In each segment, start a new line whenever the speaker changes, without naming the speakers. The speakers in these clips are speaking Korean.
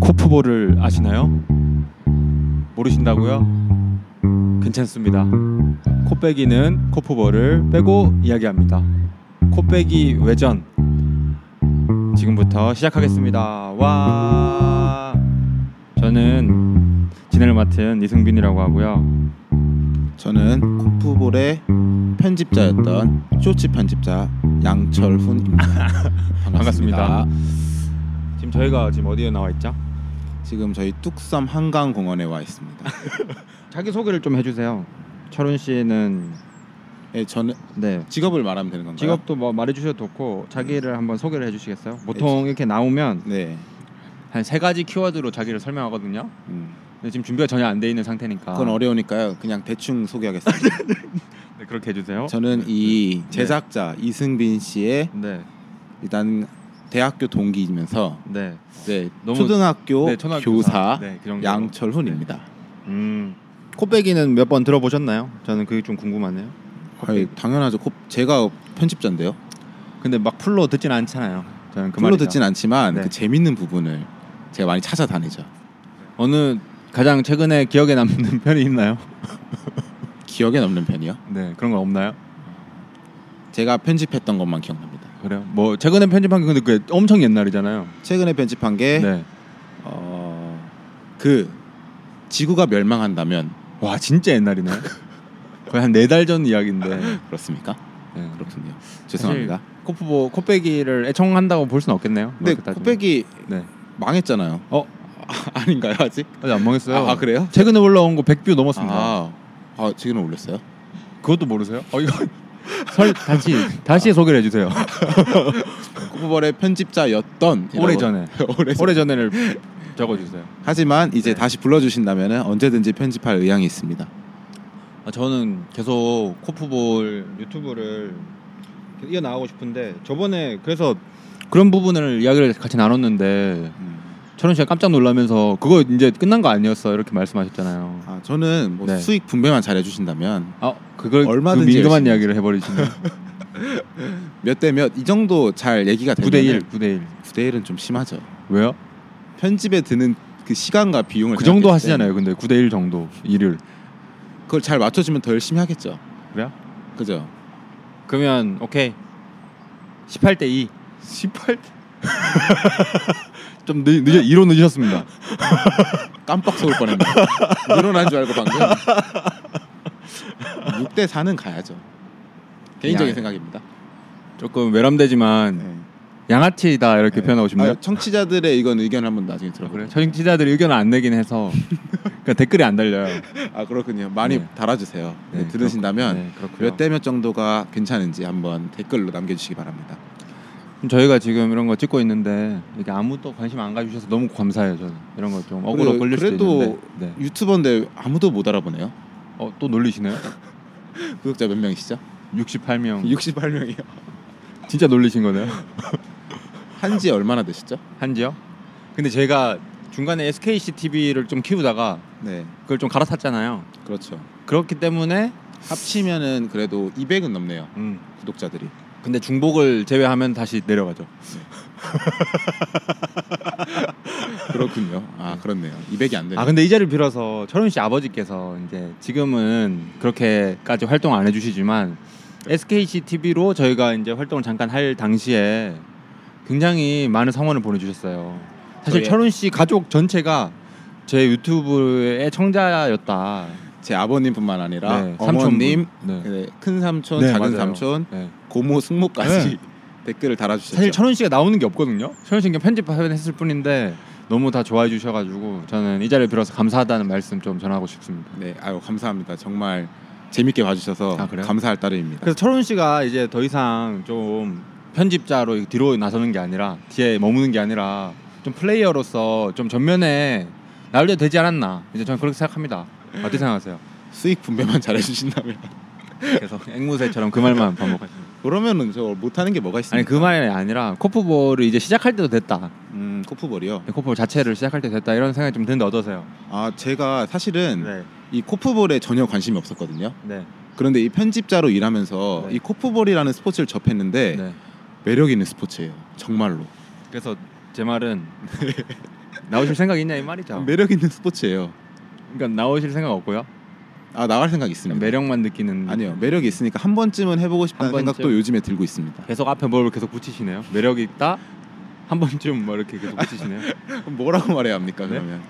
코프볼을 아시나요? 모르신다고요? 괜찮습니다. 코빼기는 코프볼을 빼고 이야기합니다. 코빼기 외전 지금부터 시작하겠습니다. 와 저는 진행을 맡은 이승빈이라고 하고요.
저는 코프볼의 편집자였던 쇼츠 편집자 양철훈입니다. 반갑습니다.
반갑습니다. 지금 저희가 지금 어디에 나와 있죠?
지금 저희 뚝섬 한강공원에 와 있습니다.
자기 소개를 좀 해주세요. 철훈 씨는
예, 저는
네
직업을 말하면 되는 건가요?
직업도 뭐 말해주셔도 좋고 자기를 한번 소개를 해주시겠어요? 보통 이렇게 나오면
네.
한 세 가지 키워드로 자기를 설명하거든요.
음,
근데 지금 준비가 전혀 안 돼 있는 상태니까
그건 어려우니까요. 그냥 대충 소개하겠습니다.
네, 그렇게 해주세요.
저는 이 제작자 이승빈 씨의
네,
일단 대학교 동기이면서
네,
네,
너무-
초등학교, 네.
네, 초등학교
교사
네, 그 정도.
양철훈입니다.
음, 코빼기는 몇 번 들어보셨나요? 저는 그게 좀 궁금하네요.
아유, 당연하죠. 코- 제가 편집자인데요.
근데 막 풀로 듣진 않잖아요. 저는 그
물로
말이죠.
듣진 않지만
네.
그 재밌는 부분을 제가 많이 찾아다니죠.
어느 가장 최근에 기억에 남는 편이 있나요?
기억에 남는 편이요.
네, 그런 건 없나요?
제가 편집했던 것만 기억납니다.
그래요? 뭐 최근에 편집한 게 근데 그 엄청 옛날이잖아요.
최근에 편집한 게 그
네.
지구가 멸망한다면
와 진짜 옛날이네. 거의 한 네 달 전 이야기인데.
그렇습니까?
네.
그렇군요. 죄송합니다.
코프보 코빼기를 애청한다고 볼 수는 없겠네요. 뭐
근데
그렇게 따지면.
코백이
네.
망했잖아요.
어?
아, 닌가요 아직?
아직 안 망했어요.
아, 아, 그래요?
최근에 올라온 거 100뷰 넘었습니다.
아, 아 지금 올렸어요?
그것도 모르세요? 어 이거 설 다시 다시 소개를 해주세요.
코브벌의 편집자였던
오래전에.
오래
오래 전에를 적어주세요.
하지만 이제
네.
다시 불러주신다면 언제든지 편집할 의향이 있습니다.
아, 저는 계속 코프볼 유튜브를 이어 나가고 싶은데 저번에 그래서 그런 부분을 이야기를 같이 나눴는데 철원 씨가 깜짝 놀라면서 그거 이제 끝난 거 아니었어 이렇게 말씀하셨잖아요.
아 저는 뭐
네.
수익 분배만 잘해주신다면
아 그걸
얼마든지
그 민감한
열심히
이야기를 해버리시네.
몇 대 몇 이 정도 잘 얘기가 되면
9대1, 9대1.
9대1은 좀 심하죠
왜요?
편집에 드는 그 시간과 비용을
그 정도
생각했을 때
하시잖아요. 근데 9대1 정도 일을
그걸 잘 맞춰주면 더 열심히 하겠죠
그래요?
그죠
그러면 오케이 18대2
18
좀 늦, 늦어 2로 늦으셨습니다.
깜빡 속을 뻔했네 늘어난 줄 알고 방금 6대 4는 가야죠 개인적인
야.
생각입니다
조금 외람되지만 양아치다 이렇게
네.
그 표현하고 싶네요.
아, 청취자들의 이건 의견 한번 나중에 들어볼게요
그래 청취자들이 의견을 안 내긴 해서 그러니까 댓글이 안 달려요.
아 그렇군요. 많이
네.
달아주세요.
네,
네, 들으신다면
네, 그렇고요.
몇 대 몇 정도가 괜찮은지 한번 댓글로 남겨주시기 바랍니다.
그럼 저희가 지금 이런 거 찍고 있는데 이게 아무도 관심 안 가주셔서 너무 감사해요. 저는 이런 거 좀 억울로
그래도-
걸릴 수도
그래도
있는데. 네.
유튜버인데 아무도 못 알아보네요.
어, 또 놀리시네요.
구독자 몇 명이시죠?
68명.
68명이요.
진짜 놀리신 거네요.
한지 얼마나 되셨죠?
한지요? 근데 제가 중간에 SKC TV를 좀 키우다가
네,
그걸 좀 갈아탔잖아요.
그렇죠.
그렇기 때문에
합치면은 그래도 200은 넘네요.
음.
구독자들이.
근데 중복을 제외하면 다시 내려가죠.
그렇군요. 아 그렇네요. 200이 안 되네요.
아 근데 이 자리를 빌어서 철훈 씨 아버지께서 이제 지금은 그렇게까지 활동 안 해주시지만
네.
SKC TV로 저희가 이제 활동을 잠깐 할 당시에 굉장히 많은 성원을 보내주셨어요. 사실
저희-
철훈 씨 가족 전체가 제 유튜브의 청자였다.
제 아버님뿐만 아니라
네,
어머님,
삼촌분. 네.
네, 큰 삼촌,
네,
작은
맞아요.
삼촌, 그렇죠.
네.
고모,
네.
숙모까지 댓글을 달아주셨죠.
사실 철훈 씨가 나오는 게 없거든요. 철훈 씨는 그냥 편집하면 했을 뿐인데 너무 다 좋아해 주셔가지고 저는 이 자리를 빌어서 감사하다는 말씀 좀 전하고 싶습니다.
네, 아유 감사합니다. 정말 재밌게 봐주셔서
아, 그래요?
감사할 따름입니다.
그래서 철훈 씨가 이제 더 이상 좀 편집자로 뒤로 나서는 게 아니라 뒤에 머무는 게 아니라 좀 플레이어로서 좀 전면에 나올려 되지 않았나 이제 저는 그렇게 생각합니다. 어떻게 생각하세요?
수익 분배만 잘해주신다면
계속 앵무새처럼 그 말만 반복하시는.
그러면은 저 못하는 게 뭐가 있습니까?
아니 그 말이 아니라 코프볼을 이제 시작할 때도 됐다.
음, 코프볼이요.
코프볼 자체를 시작할 때 됐다 이런 생각이 좀 드는데 어떠세요?
아 제가 사실은
네,
이 코프볼에 전혀 관심이 없었거든요.
네,
그런데 이 편집자로 일하면서
네.
이 코프볼이라는 스포츠를 접했는데
네.
매력 있는 스포츠예요. 정말로.
그래서 제 말은 나오실 생각 있냐 이 말이죠.
매력 있는 스포츠예요.
그러니까 나오실 생각 없고요.
아 나갈 생각
그냥
있습니다.
매력만 느끼는.
아니요 매력이 있으니까 한 번쯤은 해보고 싶다는
한 번쯤?
생각도 요즘에 들고 있습니다.
계속 앞에 뭘 계속 붙이시네요. 매력 있다. 한 번쯤 뭐 이렇게 계속 붙이시네요.
뭐라고 말해야 합니까
네?
그러면?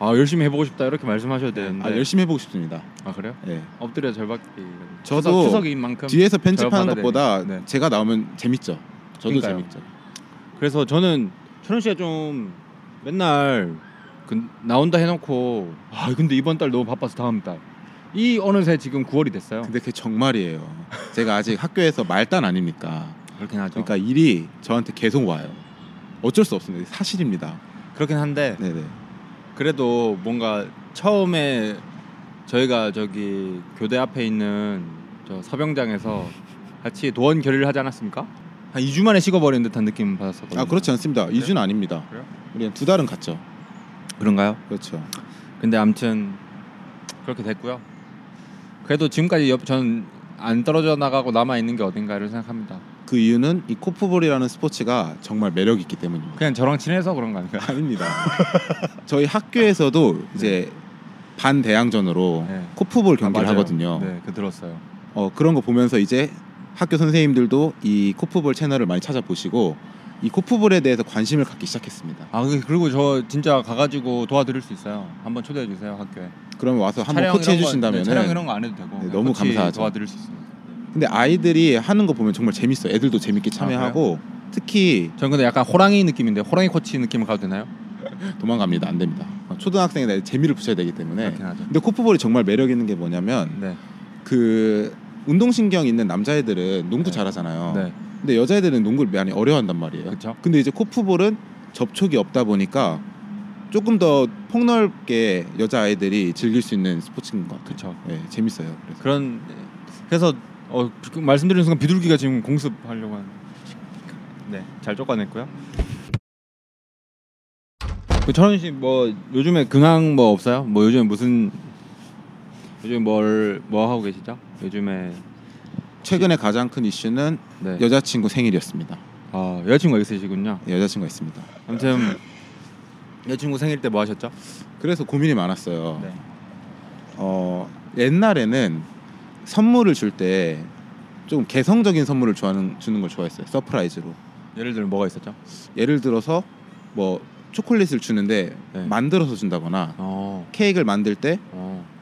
아 열심히 해보고 싶다 이렇게 말씀하셔도 되는데.
아 열심히 해보고 싶습니다.
아, 그래요?
예.
엎드려 절박기.
저도
추석, 추석인 만큼.
뒤에서 편집하는
받아야
것보다
되니까. 네.
제가 나오면 재밌죠. 저도
그러니까요. 어.
재밌죠.
그래서 저는 천원 씨가 좀 맨날 그 나온다 해놓고 아 근데 이번 달 너무 바빠서 다음 달 이 어느새 지금 9월이 됐어요.
근데 그게 정말이에요. 제가 아직 학교에서 말단 아닙니까?
그렇긴 하죠.
그러니까 일이 저한테 계속 와요. 어쩔 수 없습니다. 이게 사실입니다.
그렇긴 한데
네네.
그래도 뭔가 처음에 저희가 저기 교대 앞에 있는 저 서병장에서 같이 도원 결의를 하지 않았습니까? 한 2주 만에 식어버린 듯한 느낌 받았었거든요.
아 그렇지 않습니다. 이 2주는 아닙니다.
네? 그래요?
우리 두 달은 갔죠.
그런가요?
그렇죠.
근데 아무튼 그렇게 됐고요. 그래도 지금까지 옆, 전안 떨어져 나가고 남아 있는 게 어딘가를 생각합니다.
그 이유는 이 코프볼이라는 스포츠가 정말 매력 있기 때문입니다.
그냥 저랑 친해서 그런 거 아닌가요?
아닙니다. 저희 학교에서도 이제 반 대항전으로
네.
코프볼
아,
경기를
맞아요.
하거든요.
네, 그 들었어요.
어, 그런 거 보면서 이제 학교 선생님들도 이 코프볼 채널을 많이 찾아보시고 이 코프볼에 대해서 관심을 갖기 시작했습니다.
아 그- 그리고 저 진짜 가가지고 도와드릴 수 있어요. 한번 초대해 주세요 학교에.
그러면 와서 한번
촬영
코치해
이런 거-
주신다면
네, 촬영 이런 거 안 해도 되고
네,
그냥
너무
코치
감사하죠.
도와드릴 수 있습니다.
근데 아이들이 하는 거 보면 정말 재밌어. 요 애들도
아,
재밌게 참여하고 특히
저는 근데 약간 호랑이 느낌인데 호랑이 코치 느낌을 가도 되나요?
도망갑니다. 안 됩니다. 어, 초등학생에 재미를 붙여야 되기 때문에.
그렇긴 하죠.
근데 코프볼이 정말 매력 있는 게 뭐냐면
네.
그 운동신경 있는 남자애들은
네.
농구 잘하잖아요.
네.
근데 여자애들은 농구를 많이 어려워한단 말이에요.
그렇죠.
근데 이제 코프볼은 접촉이 없다 보니까 조금 더 폭넓게 여자아이들이 즐길 수 있는 스포츠인 것 같아요.
그렇죠.
네, 재밌어요. 그래서.
그런 그래서 어, 그- 말씀드리는 순간 비둘기가 지금 공습하려고 하는. 네, 잘 쫓아냈고요. 그 철원 씨뭐 요즘에 근황 뭐 없어요? 뭐 요즘에 무슨 요즘 뭘 뭐 하고 계시죠? 요즘에
최근에 가장 큰 이슈는
네. 여...
여자친구 생일이었습니다.
아 여자친구가 있으시군요.
네, 여자친구가 있습니다.
아무튼 여자친구 생일 때 뭐 하셨죠?
그래서 고민이 많았어요.
네.
어, 옛날에는 선물을 줄 때 좀 개성적인 선물을 좋아하는, 주는 걸 좋아했어요. 서프라이즈로.
예를 들면 뭐가 있었죠?
예를 들어서 뭐 초콜릿을 주는데
네.
만들어서 준다거나
어,
케이크를 만들
어.
때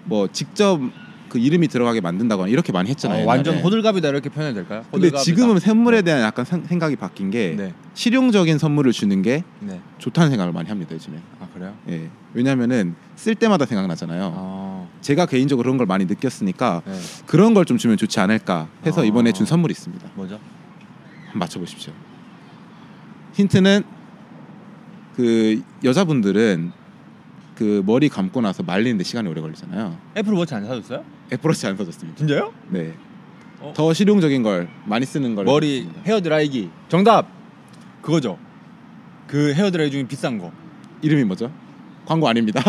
뭐 직접 그 이름이 들어가게 만든다거나 이렇게 많이 했잖아요.
아, 완전
옛날에.
호들갑이다 이렇게 표현해도 될까요?
근데
호들갑이다.
지금은 선물에 대한 약간 상- 생각이 바뀐 게
네,
실용적인 선물을 주는 게
네,
좋다는 생각을 많이 합니다 요즘에.
아 그래요?
예. 왜냐면은 쓸 때마다 생각나잖아요.
아,
제가 개인적으로 그런 걸 많이 느꼈으니까
네,
그런 걸 좀 주면 좋지 않을까 해서
아.
이번에 준 선물이 있습니다.
뭐죠?
한번 맞춰보십시오. 힌트는 그 여자분들은 그 머리 감고 나서 말리는데 시간이 오래 걸리잖아요.
애플워치 안 사줬어요?
애플워치 안 써졌습니다.
진짜요?
네.
어?
더 실용적인 걸 많이 쓰는 걸
머리
해봤습니다.
헤어 드라이기 정답 그거죠. 그 헤어 드라이기 중에 비싼 거
이름이 뭐죠? 광고 아닙니다.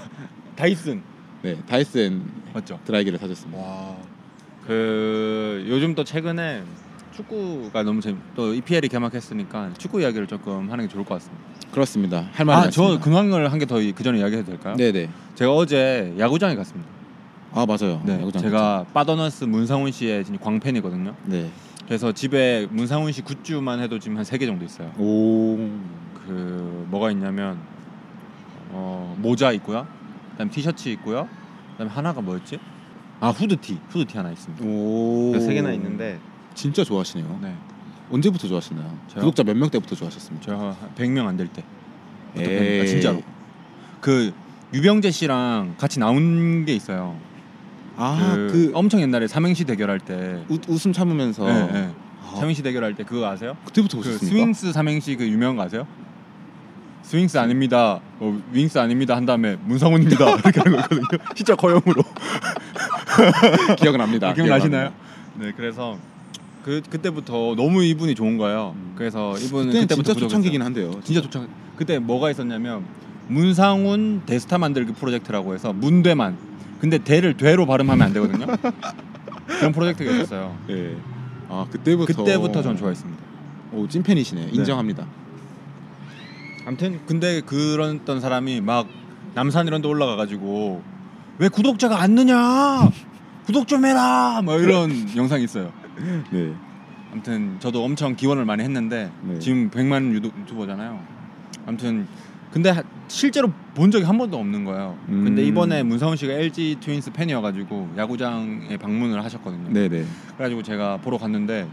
다이슨
네, 다이슨
맞죠?
드라이기를 사줬습니다.
네. 와, 그 요즘 또 최근에 축구가 너무 재밌. 또 EPL이 개막했으니까 축구 이야기를 조금 하는 게 좋을 것 같습니다.
그렇습니다. 할 말이
아, 저
많습니다.
근황을 한 개 더 그 전에 이야기해도 될까요?
네, 네.
제가 어제 야구장에 갔습니다.
아 맞아요.
네,
야구장
제가 빠더너스 문상훈 씨의 진짜 광팬이거든요.
갔죠? 네.
그래서 집에 문상훈 씨 굿즈만 해도 지금 한 세 개 정도 있어요.
오.
그 뭐가 있냐면 어, 모자 있고요. 그다음 티셔츠 있고요. 그다음 하나가 뭐였지? 아 후드티, 후드티 하나 있습니다.
오.
그래서 세 개나 있는데,
진짜 좋아하시네요.
네,
언제부터 좋아하시나요?
저요?
구독자 몇 명 때부터 좋아하셨습니까?
제가 100명 안 될 때, 어떤
에이.
팬입니까? 진짜로. 그 유병재 씨랑 같이 나온 게 있어요.
아,
그,
그,
엄청 옛날에 삼행시 대결할 때,
웃- 웃음 참으면서
네, 네.
아,
삼행시 대결할 때 그거 아세요?
그때부터
그
보셨습니까?
스윙스 삼행시 그 유명한 거 아세요? 스윙스 아닙니다. 어, 윙스 아닙니다. 한 다음에 문상훈입니다. 이렇게 하는 거거든요. 진짜 거용으로.
기억은 납니다.
기억나시나요? 네, 그래서 그 그때부터 너무 이분이 좋은 거예요.
음.
그래서 이분은
그때
그때부터
진짜
부족했어요.
초창기긴 한데요.
진짜 초창. 그때 뭐가 있었냐면 문상훈 데스타 만들기 프로젝트라고 해서 문대만. 근데 대를 되로 발음하면 안 되거든요. 그런 프로젝트가 있었어요.
예. 아 그때부터
그때부터 전 좋아했습니다. 네.
오 찐팬이시네. 인정합니다.
아무튼 근데 그런 어떤 사람이 막 남산 이런 데 올라가 가지고 왜 구독자가 안 느냐? 구독 좀 해라. 뭐 이런 영상이 있어요.
네.
아무튼 저도 엄청 기원을 많이 했는데
네.
지금 100만 유튜- 유튜버잖아요. 아무튼 근데 하- 실제로 본 적이 한 번도 없는 거예요.
음.
근데 이번에 문성훈 씨가 LG 트윈스 팬이어가지고 야구장에 방문을 하셨거든요.
네네.
그래가지고 제가 보러 갔는데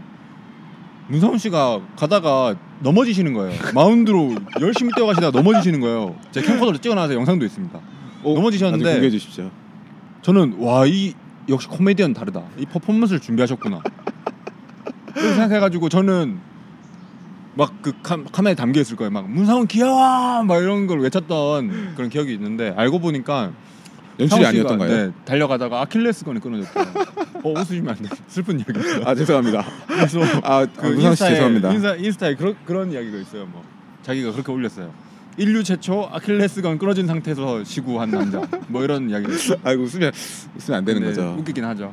문성훈 씨가 가다가 넘어지시는 거예요. 마운드로 열심히 뛰어가시다가 넘어지시는 거예요. 제 캠코더로 찍어놔서 영상도 있습니다. 넘어지셨는데
공개해 주십시오.
저는 와 이 역시 코미디언 다르다. 이 퍼포먼스를 준비하셨구나. 그렇게 생각해가지고 저는 막 그 카메라에 담겨 있을 거예요. 막 문상훈 귀여워 막 이런 걸 외쳤던 그런 기억이 있는데 알고 보니까
연출이
상훈 씨가,
아니었던가요?
네, 달려가다가 아킬레스건이 끊어졌어요. 어 웃으시면 안 돼. 슬픈 이야기.
아 죄송합니다.
그래서
아
그
문상 씨
인스타에,
죄송합니다.
인스타, 인스타에 그런 그런 이야기가 있어요. 뭐 자기가 그렇게 올렸어요. 인류 최초 아킬레스건 끊어진 상태에서 시구한 남자. 뭐 이런 이야기.
아 이거 웃으면 웃으면 안 되는
근데
거죠.
웃기긴 하죠.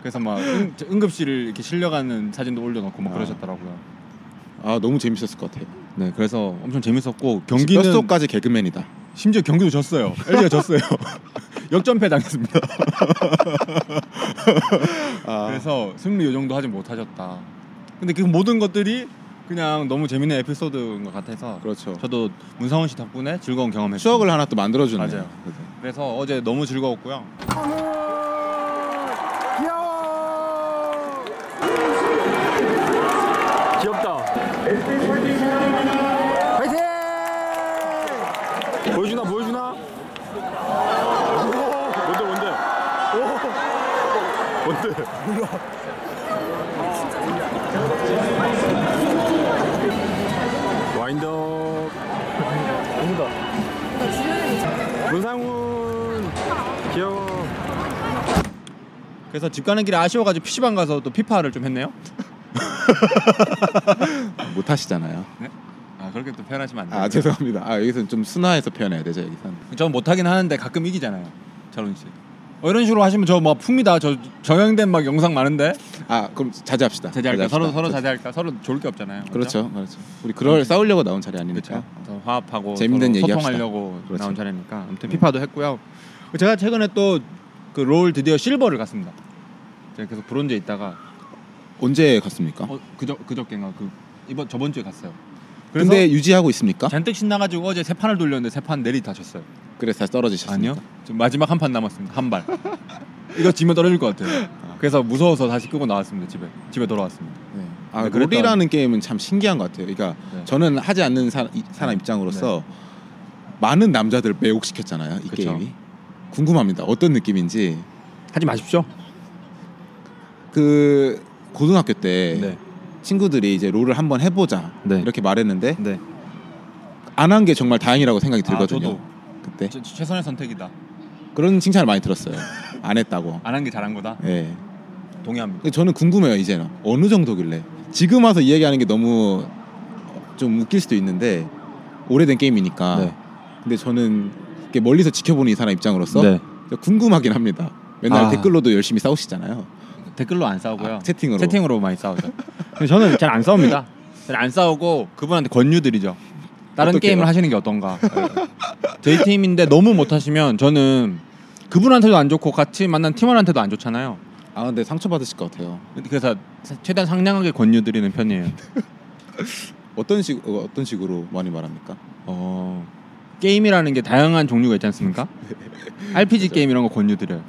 그래서 막 응, 저 응급실을 이렇게 실려가는 사진도 올려놓고 막
아.
그러셨더라고요.
아 너무 재밌었을 것 같아요.
네, 그래서 엄청 재밌었고
뼛
경기는
속까지 개그맨이다.
심지어 경기도 졌어요. LG가 졌어요. 역전패 당했습니다.
아,
그래서 승리 요정도 하지 못하셨다. 근데 그 모든 것들이 그냥 너무 재밌는 에피소드인 것 같아서
그렇죠.
저도 문상훈 씨 덕분에 즐거운 경험했어요.
추억을 하나 또 만들어 주네요.
맞아요. 그래서 어제 너무 즐거웠고요.
귀엽다. 파이팅! 보여주나 보여주나? 오, 뭔데 뭔데? 오, 뭔데? 몰라. 와인더. 누구다? 문상훈. 귀여워.
그래서 집 가는 길에 아쉬워가지고 PC방 가서 또 피파를 좀 했네요.
못 하시잖아요.
아 그렇게 또 표현하시면 안 돼요.
아 죄송합니다. 아 여기서 좀 순화해서 표현해야 되죠 여기서는.
저는 못하긴 하는데 가끔 이기잖아요. 저런 씨. 어, 이런 식으로 하시면 저 막 풉니다. 저 정형된 막 영상 많은데
아 그럼 자제합시다.
자제할까 서로 서로
자-
자제할까 서로 좋을 게 없잖아요.
그렇죠, 그렇죠. 우리 그럴 싸우려고 나온 자리 아니니까.
그렇죠. 더 화합하고
재밌는
서로
얘기합시다.
소통하려고
그렇죠.
나온 자리니까 아무튼 피파도 했고요. 제가 최근에 또 그 롤 드디어 실버를 갔습니다. 제가 계속 브론즈에 있다가
언제 갔습니까?
어, 그저 그저께인가 그 이번 저번 주에 갔어요. 그래서
근데 유지하고 있습니까?
잔뜩 신나가지고 어제 세 판을 돌렸는데 세 판 내리 다쳤어요.
그래서 다시 떨어지셨습니까?
아니요. 지금 마지막 한 판 남았습니다. 한 발. 이거 지면 떨어질 것 같아요. 그래서 무서워서 다시 끄고 나왔습니다. 집에 집에 돌아왔습니다.
네. 아
네, 그랬던-
롤이라는 게임은 참 신기한 것 같아요. 그러니까
네.
저는 하지 않는 사, 이- 사람 입장으로서 많은 남자들을 매혹시켰잖아요. 이
그쵸.
게임이 궁금합니다. 어떤 느낌인지
하지 마십시오.
그 고등학교 때
네.
친구들이 이제 롤을 한번 해보자
네.
이렇게 말했는데
네.
안 한 게 정말 다행이라고 생각이 들거든요.
아, 저도.
그때
최- 최선의 선택이다.
그런 칭찬을 많이 들었어요. 안 했다고.
안 한 게 잘한 거다.
예.
동의합니다.
근데 저는 궁금해요 이제는 어느 정도길래 지금 와서 이야기하는 게 너무 좀 웃길 수도 있는데 오래된 게임이니까
네.
근데 저는 이렇게 멀리서 지켜보는 이 사람 입장으로서 궁금하긴 합니다 맨날
네. 아.
댓글로도 열심히 싸우시잖아요
댓글로 안 싸우고요.
아, 채팅으로
채팅으로 많이 싸우죠. 근데 저는 잘 안 싸웁니다. 잘 안 싸우고 그분한테 권유드리죠. 다른
어떡해요?
게임을 하시는 게 어떤가. 네. 저희 팀인데 너무 못하시면 저는 그분한테도 안 좋고 같이 만난 팀원한테도 안 좋잖아요.
아 근데 상처받으실 것 같아요
그래서 최대한 상냥하게 권유드리는 편이에요.
어떤 식 어, 어떤 식으로 많이 말합니까
어 게임이라는 게 다양한 종류가 있지 않습니까? RPG 게임 이런 거 권유드려요.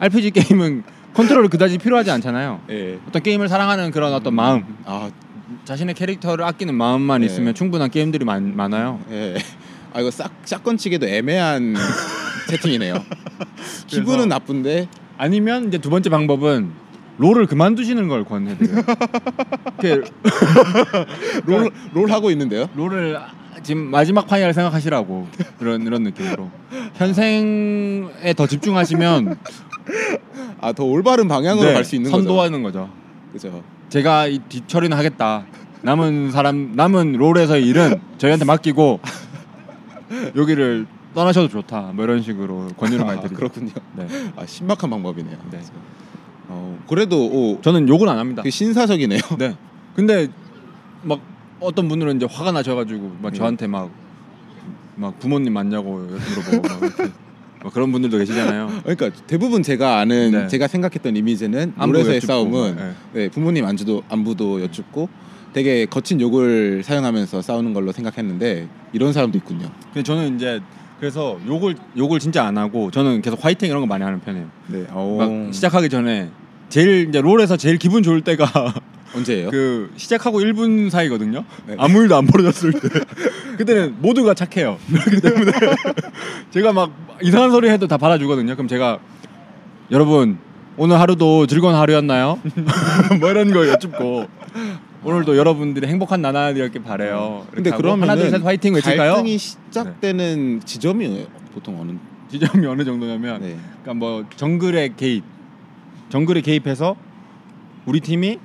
RPG 게임은 컨트롤 그다지 필요하지 않잖아요.
예아
어떤 게임을 사랑하는 그런 어떤 마음,
아,
자신의 캐릭터를 아끼는 마음만
네.
있으면 충분한 게임들이 많, 많아요.
예. 아 이거 싹 샷건 치기도 애매한 채팅이네요 기분은 나쁜데
아니면 이제 두 번째 방법은 롤을 그만두시는 걸 권해드려요. 이렇게
롤 롤 하고 있는데요
롤을 지금 마지막 파이할 생각하시라고 그런 이런 느낌으로 현생에 더 집중하시면
아 더 올바른 방향으로
네,
갈 수 있는 거죠
선도하는 거죠.
그죠
제가 이 뒷처리는 하겠다. 남은 사람 남은 롤에서의 일은 저희한테 맡기고 여기를 떠나셔도 좋다. 뭐 이런 식으로 권유를 많이
아,
드리죠.
그렇군요.
네.
아 신박한 방법이네요.
네.
어, 그래도 오,
저는 욕은 안 합니다.
되게 신사적이네요.
네. 근데 네. 막 어떤 분들은 이제 화가 나셔가지고 막
네.
저한테 막 막 부모님 맞냐고 물어보고 막 이렇게 막 그런 분들도 계시잖아요.
그러니까 대부분 제가 아는
네.
제가 생각했던 이미지는
안부
노래에서의
여쭙고,
싸움은
네.
네, 부모님 안주도 안부도 여쭙고 되게 거친 욕을 사용하면서 싸우는 걸로 생각했는데 이런 사람도 있군요.
근데 저는 이제 그래서 욕을 욕을 진짜 안 하고 저는 계속 화이팅 이런 거 많이 하는 편이에요.
네.
막 시작하기 전에 제일 이제 롤에서 제일 기분 좋을 때가
언제예요?
그 시작하고 1분 사이거든요.
네.
아무 일도 안 벌어졌을 때. 그때는 모두가 착해요. 그렇기 때문에 제가 막 이상한 소리 해도 다 받아주거든요. 그럼 제가 여러분 오늘 하루도 즐거운 하루였나요? 뭐 이런 거 여쭙고 오늘도 여러분들이 행복한 나날이었길 바래요. 이렇게
아. 음. 근데
하고
그러면
하나 둘셋 화이팅 외칠까요? 네.
갈등이 시작되는 지점이 보통 어느?
지점이 어느 정도냐면
네.
그러니까 뭐 정글에 개입, 정글에 개입해서 우리 팀이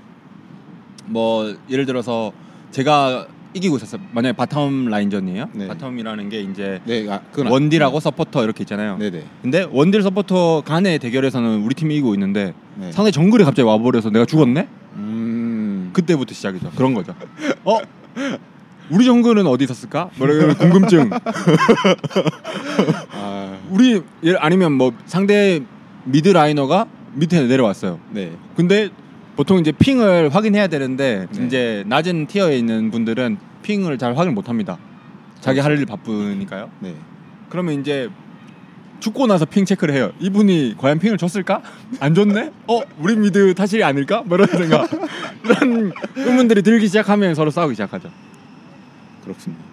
뭐 예를 들어서 제가 이기고 있었어요. 만약에 바텀 라인전이에요.
네.
바텀이라는 게 이제
네, 아, 그건 아-
원딜하고 서포터 이렇게 있잖아요.
네네.
근데 원딜 서포터 간의 대결에서는 우리 팀이 이기고 있는데
네.
상대 정글이 갑자기 와버려서 내가 죽었네?
음.
그때부터 시작이죠. 그런 거죠. 어? 우리 정글은 어디 있었을까? 뭐 이런 궁금증.
아.
우리 예를- 아니면 뭐 상대 미드 라이너가 밑에 내려왔어요.
네.
근데 보통 이제 핑을 확인해야 되는데
네.
이제 낮은 티어에 있는 분들은 핑을 잘 확인 못 합니다. 자기 할 일 바쁘니까요.
네.
그러면 이제 죽고 나서 핑 체크를 해요. 이분이 과연 핑을 줬을까? 안 줬네? 어, 우리 미드 탓이 아닐까? 뭐 이런 생각. 이런 의문들이 들기 시작하면 서로 싸우기 시작하죠.
그렇습니다.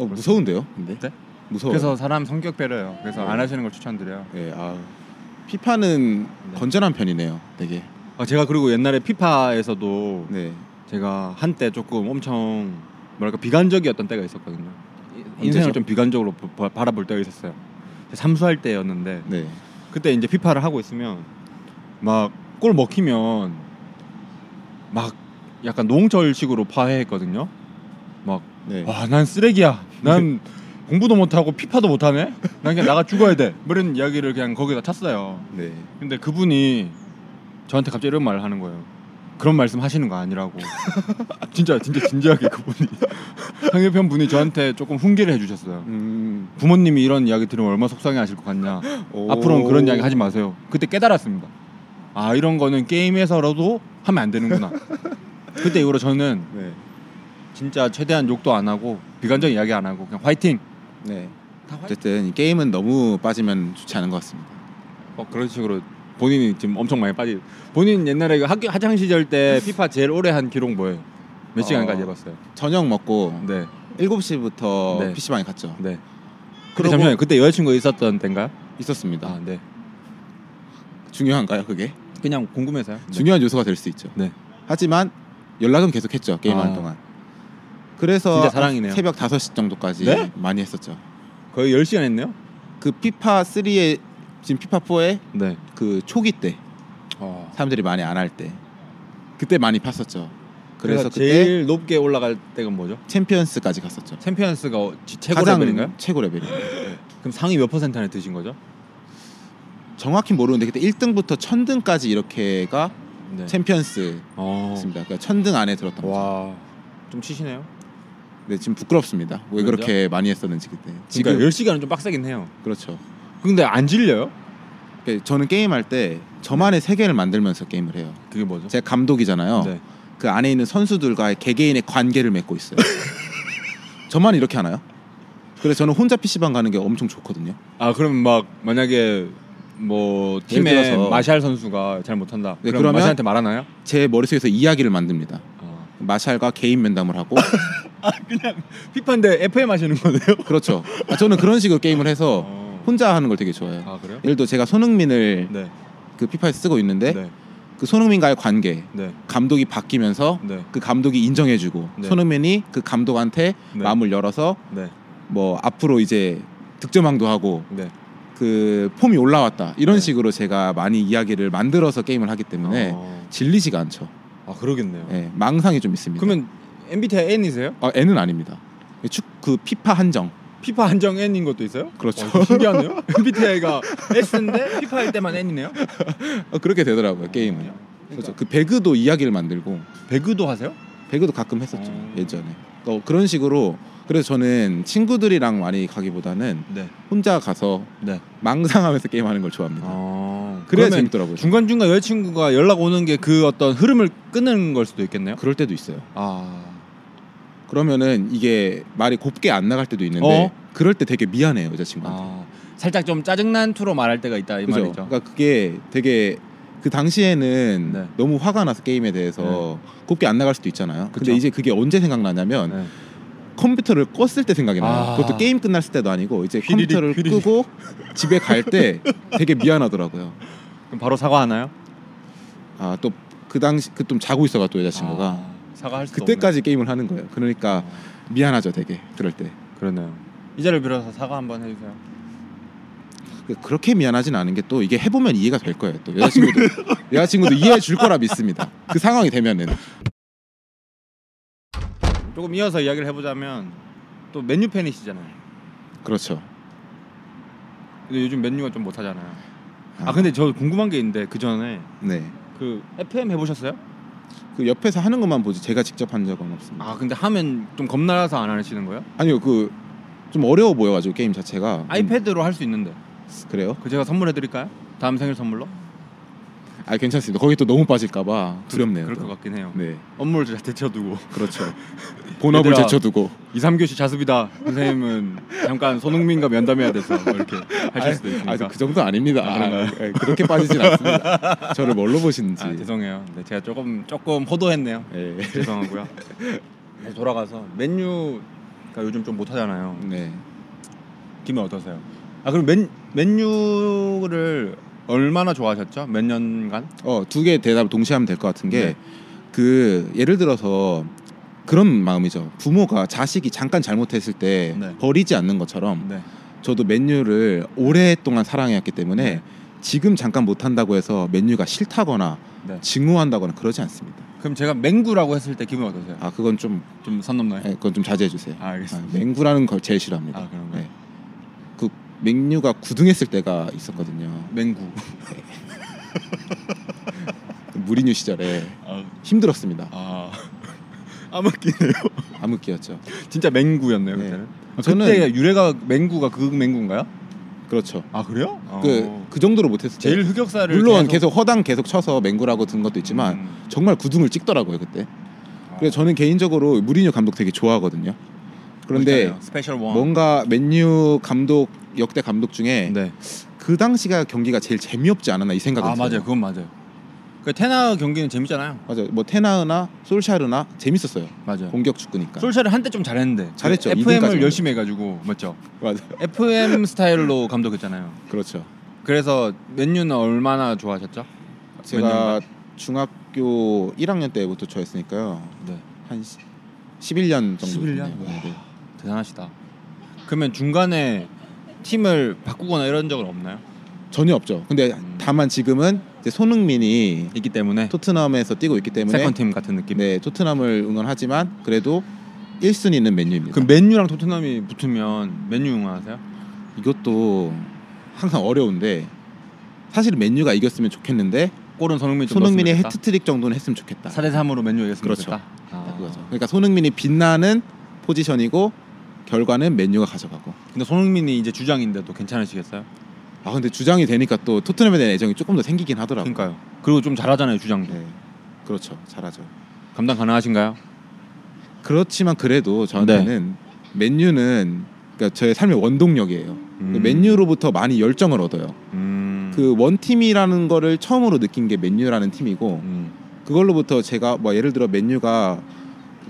어 무서운데요? 근데
네?
무서워.
그래서 사람 성격 배려요. 그래서 안 하시는 걸 추천드려요.
네, 아 피파는
네.
건전한 편이네요. 되게.
아, 제가 그리고 옛날에 피파에서도
네.
제가 한때 조금 엄청 뭐랄까 비관적이었던 때가 있었거든요. 이-
언제죠?
인생을 좀 비관적으로 보- 바- 바라볼 때가 있었어요. 삼수할 때였는데
네.
그때 이제 피파를 하고 있으면 막 골 먹히면 막 약간 농철식으로 파해했거든요.
네.
와 난 쓰레기야. 난 공부도 못하고 피파도 못하네. 난 그냥 나가 죽어야 돼. 뭐 이런 이야기를 그냥 거기다 찼어요.
네.
근데 그분이 저한테 갑자기 이런 말을 하는 거예요. 그런 말씀 하시는 거 아니라고. 진짜 진짜 진지하게 그분이 상대편 분이 저한테 조금 훈계를 해주셨어요.
음.
부모님이 이런 이야기 들으면 얼마나 속상해하실 것 같냐. 앞으로는 그런 이야기 하지 마세요. 그때 깨달았습니다. 아 이런 거는 게임에서라도 하면 안 되는구나. 그때 이후로 저는
네.
진짜 최대한 욕도 안 하고 비관적인 이야기 안 하고 그냥 화이팅.
네.
다 화이팅.
어쨌든 이 게임은 너무 빠지면 좋지 않은 것 같습니다.
어, 그런 식으로 본인이 지금 엄청 많이 빠지. 본인 옛날에 그 학교 하장 시절 때 피파 제일 오래 한 기록 뭐예요? 몇
어.
시간까지 해봤어요?
저녁 먹고
네,
7시부터
네.
PC방에 갔죠.
네. 그때
그러고-
잠시만요. 그때 여자친구 있었던 때인가요?
있었습니다.
아, 네.
중요한가요, 그게?
그냥 궁금해서요. 네.
중요한 요소가 될 수 있죠.
네.
하지만 연락은 계속했죠. 게임하는
아.
동안. 그래서
진짜 사랑이네요.
새벽 5시 정도까지
네?
많이 했었죠.
거의 1 0 시간 했네요.
그 피파 3에 지금 피파 4의
네.
그 초기 때
어.
사람들이 많이 안 할 때 그때 많이 팠었죠. 그래서
그래서 그러니까
그때
제일 높게 올라갈 때가 뭐죠?
챔피언스까지 갔었죠.
챔피언스가 어- 지- 최고
가장
레벨인가요?
최고 레벨이에요.
그럼 상위 몇 퍼센트 안에 드신 거죠?
정확히 모르는데 그때 1등부터 1000등까지 이렇게가
네.
챔피언스입니다.
어.
그러니까 1000등 안에 들었던 거죠.
와. 좀 치시네요.
근데 지금 부끄럽습니다. 왜
왜죠? 그러니까
그렇게 많이 했었는지 그때.
지금
지금
10시간은 좀 빡세긴 해요.
그렇죠.
근데 안 질려요?
그러니까 저는 게임할 때 저만의 세계를 만들면서 게임을 해요.
그게 뭐죠?
제가 감독이잖아요.
네.
그 안에 있는 선수들과의 개개인의 관계를 맺고 있어요. 저만 이렇게 하나요? 그래서 저는 혼자 PC방 가는 게 엄청 좋거든요.
아 그럼 막 만약에 뭐 팀의
들어서-
마샬 선수가 잘 못한다.
네,
그럼
그러면-
마샬한테 말하나요?
제 머릿속에서 이야기를 만듭니다.
어.
마샬과 개인 면담을 하고
피파인데 FM 하시는 거네요.
그렇죠. 아, 저는 그런 식으로 게임을 해서
어.
혼자 하는 걸 되게 좋아해요.
아 그래요?
예를 들어 제가 손흥민을
네.
그 피파에서 쓰고 있는데
네.
그 손흥민과의 관계
네.
감독이 바뀌면서
네.
그 감독이 인정해주고
네.
손흥민이 그 감독한테
네.
마음을 열어서
네.
뭐 앞으로 이제 득점왕도 하고
네.
그 폼이 올라왔다 이런
네.
식으로 제가 많이 이야기를 만들어서 게임을 하기 때문에
어.
질리지가 않죠.
아 그러겠네요.
예, 망상이 좀 있습니다.
그러면 MBTI N이세요?
아, N은 아닙니다. 축 그 피파 한정.
피파 한정 N인 것도 있어요?
그렇죠.
어, 이거 신기하네요. MBTI가 S인데 피파일 때만 N이네요. 그러니까.
어, 그렇게 되더라고요 게임은. 그렇죠. 그 배그도 이야기를 만들고
배그도 하세요?
배그도 가끔 했었죠
음.
예전에 어, 그런 식으로 그래서 저는 친구들이랑 많이 가기보다는
네.
혼자 가서
네.
망상하면서 게임하는 걸 좋아합니다
아,
그래야
그러면
재밌더라고요
중간 중간 여자친구가 연락 오는 게 그 어떤 흐름을 끊는 걸 수도 있겠네요.
그럴 때도 있어요
아,
그러면은 이게 말이 곱게 안 나갈 때도 있는데
어?
그럴 때 되게 미안해요 여자친구한테
아 살짝 좀 짜증난 투로 말할 때가 있다 이
그죠?
말이죠.
그러니까 그게 되게 그 당시에는
네.
너무 화가 나서 게임에 대해서 곱게 안 나갈 수도 있잖아요.
그쵸.
근데 이제 그게 언제 생각나냐면
네.
컴퓨터를 껐을 때 생각이 나요.
아.
그것도 게임 끝났을 때도 아니고 이제
휘리릭,
컴퓨터를
휘리릭.
끄고 집에 갈 때 되게 미안하더라고요.
그럼 바로 사과하나요?
아 또 그 당시 그 좀 자고 있어가 또 여자친구가
아, 어. 사과할 수도
그때까지 게임을 하는 거예요.
없네.
그러니까 미안하죠, 되게 그럴 때.
아, 그러네요. 이 자리를 빌어서 사과 한번 해주세요.
그- 그렇게 미안하진 않은 게 또 이게 해보면 이해가 될 거예요. 또 여자친구도
아, 네.
여자친구도 이해해 줄 거라 믿습니다. 그 상황이 되면은.
조금 이어서 이야기를 해보자면 또 맨유 팬이시잖아요.
그렇죠.
근데 요즘 맨유가 좀 못하잖아요. 아 근데 저 궁금한 게 있는데 그 전에
네.
그 FM 해보셨어요?
그 옆에서 하는 것만 보지 제가 직접 한 적은 없습니다.
아 근데 하면 좀 겁나서 안 하시는 거예요?
아. 니요 그 좀 어려워 보여가지고 게임 자체가
아이패드로 할 수 있는데
음, 그래요?
그 제가 선물해드릴까요? 다음 생일 선물로?
아 괜찮습니다. 거기 또 너무 빠질까봐
아,
두렵네요.
그럴
또.
것 같긴 해요.
네,
업무를 잘 대쳐두고
그렇죠. 본업을
얘들아.
제쳐두고
2, 3교시 자습이다. 선생님은 잠깐 손흥민과 면담해야 돼서 뭐 이렇게 하실 수도 있으니까.
아그 정도 아닙니다.
그러니까. 아,
아,
그런가요?
예, 그렇게 빠지진 않습니다. 저를 뭘로 보시는지.
아, 죄송해요. 네, 제가 조금 조금 호도했네요.
예.
죄송하고요. 다시 네, 돌아가서 맨유가 요즘 좀 못하잖아요.
네.
기분 어떠세요? 아 그럼 맨 맨유를 얼마나 좋아하셨죠? 몇 년간?
어두 개 대답을 동시에 하면 될 것 같은
네.
게 그 예를 들어서 그런 마음이죠. 부모가 자식이 잠깐 잘못했을 때
네.
버리지 않는 것처럼
네.
저도 맨유를 오랫동안 사랑해왔기
네.
때문에 지금 잠깐 못한다고 해서 맨유가 싫다거나
네.
증오한다거나 그러지 않습니다.
그럼 제가 맹구라고 했을 때 기분 어떠세요?
아 그건 좀
좀 선
예,
넘나요?
그건 좀 자제해 주세요.
네. 아, 알겠습니다.
아, 맹구라는 걸 제일 싫어합니다.
아, 그런가요?
예. 그 맨유가 구등했을 때가 있었거든요.
맹구.
무리뉴 시절에
아,
힘들었습니다.
아. 아맞기네요.
암흑기였죠.
진짜 맹구였네요
네.
그때는. 아,
저는-
그때 유래가 맹구가 그 맹구인가요?
그렇죠.
아 그래요?
그
어. 네.
그 정도로 못했을 때.
제일 흑역사를
물론 계속 허당 계속 쳐서 맹구라고 든 것도 있지만
음.
정말 구둥을 찍더라고요 그때. 그래서 저는 개인적으로 무리뉴 감독 되게 좋아하거든요. 그런데
멋있잖아요. 어. 스페셜 원.
뭔가 맨유 감독 역대 감독 중에
네.
그 당시가 경기가 제일 재미없지 않았나 이 생각이
아
들어요.
맞아요. 그건 맞아요. 그 테나 경기는 재밌잖아요.
맞아요. 뭐 테나우나 솔샤르나 재밌었어요.
맞아요.
공격 축구니까.
네. 솔샤를 한때 좀 잘했는데
잘했죠.
FM을
이등까지
열심히 해가지고 맞죠.
맞아요.
FM 스타일로 감독했잖아요.
그렇죠.
그래서 맨유는 얼마나 좋아하셨죠?
제가 중학교 1학년 때부터 좋아했으니까요.
네.
한 11년 정도.
11년?
됐네요.
와.
네.
대단하시다. 그러면 중간에 팀을 바꾸거나 이런 적은 없나요?
전혀 없죠. 근데
음.
다만 지금은 이제 손흥민이
있기 때문에
토트넘에서 뛰고 있기 때문에
세컨 팀 같은 느낌.
네 토트넘을 응원하지만 그래도 1순위는 맨유입니다.
그럼 맨유랑 토트넘이 붙으면 맨유 응원하세요?
이것도 항상 어려운데 사실 맨유가 이겼으면 좋겠는데
골은 손흥민이 좀
손흥민이
넣었으면 좋겠다.
해트트릭 정도는 했으면 좋겠다.
4대 3으로 맨유 이겼으면
그렇죠.
좋겠다. 아.
그거죠. 그러니까 손흥민이 빛나는 포지션이고 결과는 맨유가 가져가고.
근데 손흥민이 이제 주장인데도 괜찮으시겠어요?
아 근데 주장이 되니까 또 토트넘에 대한 애정이 조금 더 생기긴 하더라고. 요
그러니까요. 그리고 좀 잘하잖아요 주장도.
네. 그렇죠. 잘하죠.
감당 가능하신가요?
그렇지만 그래도
네.
저한테는 맨유는 그러니까 저의 삶의 원동력이에요. 그
음.
맨유로부터 많이 열정을 얻어요.
음.
그 원팀이라는 거를 처음으로 느낀 게 맨유라는 팀이고
음.
그걸로부터 제가 뭐 예를 들어 맨유가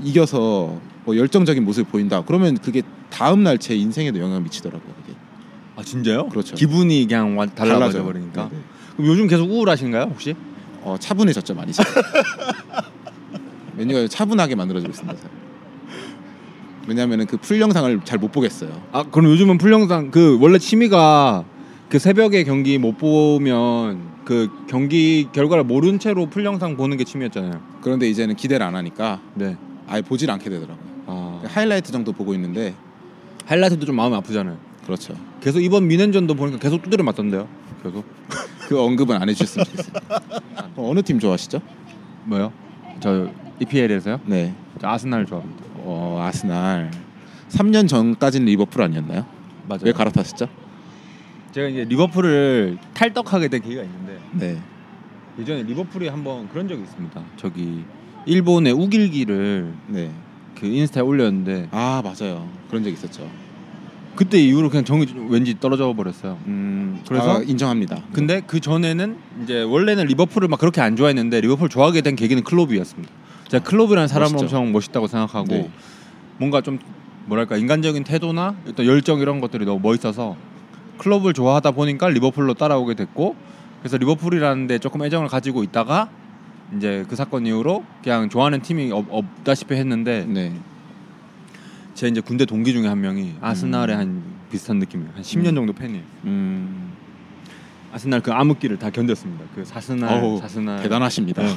이겨서 뭐 열정적인 모습을 보인다. 그러면 그게 다음 날 제 인생에도 영향을 미치더라고요. 그게.
아 진짜요?
그렇죠.
기분이 그냥 완- 달라져
달라져요.
버리니까.
네네.
그럼 요즘 계속 우울하신가요 혹시?
어, 차분해졌죠 많이. 진짜. 맨유가 차분하게 만들어지고 있습니다. 왜냐하면 그 풀 영상을 잘 못 보겠어요.
아 그럼 요즘은 풀영상 그 원래 취미가 그 새벽에 경기 못 보면 그 경기 결과를 모른 채로 풀영상 보는 게 취미였잖아요.
그런데 이제는 기대를 안 하니까
네.
아예 보질 않게 되더라고요.
아
하이라이트 정도 보고 있는데
하이라이트도 좀 마음이 아프잖아요.
그렇죠.
계속 이번 미넨전도 보니까 계속 두드려 맞던데요. 계속.
그 언급은 안 해주셨으면 좋겠어요. 어, 어느 팀 좋아하시죠?
뭐요? 저 EPL에서요?
네.
저 아스날 좋아합니다.
어, 아스날. 3년 전까지는 리버풀 아니었나요?
맞아요.
왜 갈아탔었죠?
제가 이제 리버풀을 탈덕하게 된 계기가 있는데
네.
예전에 리버풀이 한번 그런 적이 있습니다. 저기 일본의 우길기를
네.
그 인스타에 올렸는데
아, 맞아요. 그런 적 있었죠.
그때 이후로 그냥 정이 좀 왠지 떨어져 버렸어요.
음,
그래서?
아, 인정합니다.
근데 그 전에는 이제 원래는 리버풀을 막 그렇게 안 좋아했는데 리버풀 좋아하게 된 계기는 클롭이었습니다. 제가 클롭이라는 사람 을
멋있죠.
엄청 멋있다고 생각하고
네.
뭔가 좀 뭐랄까 인간적인 태도나 어떤 열정 이런 것들이 너무 멋있어서 클럽을 좋아하다 보니까 리버풀로 따라오게 됐고 그래서 리버풀이라는 데 조금 애정을 가지고 있다가 이제 그 사건 이후로 그냥 좋아하는 팀이 없, 없다시피 했는데
네.
제 이제 군대 동기 중에 한 명이 아스날의 한 비슷한 느낌이에요. 한 10년
음.
정도 팬이에요.
음.
아스날 그 암흑기를 다 견뎠습니다. 그 사스날
어우,
사스날
대단하십니다.
네.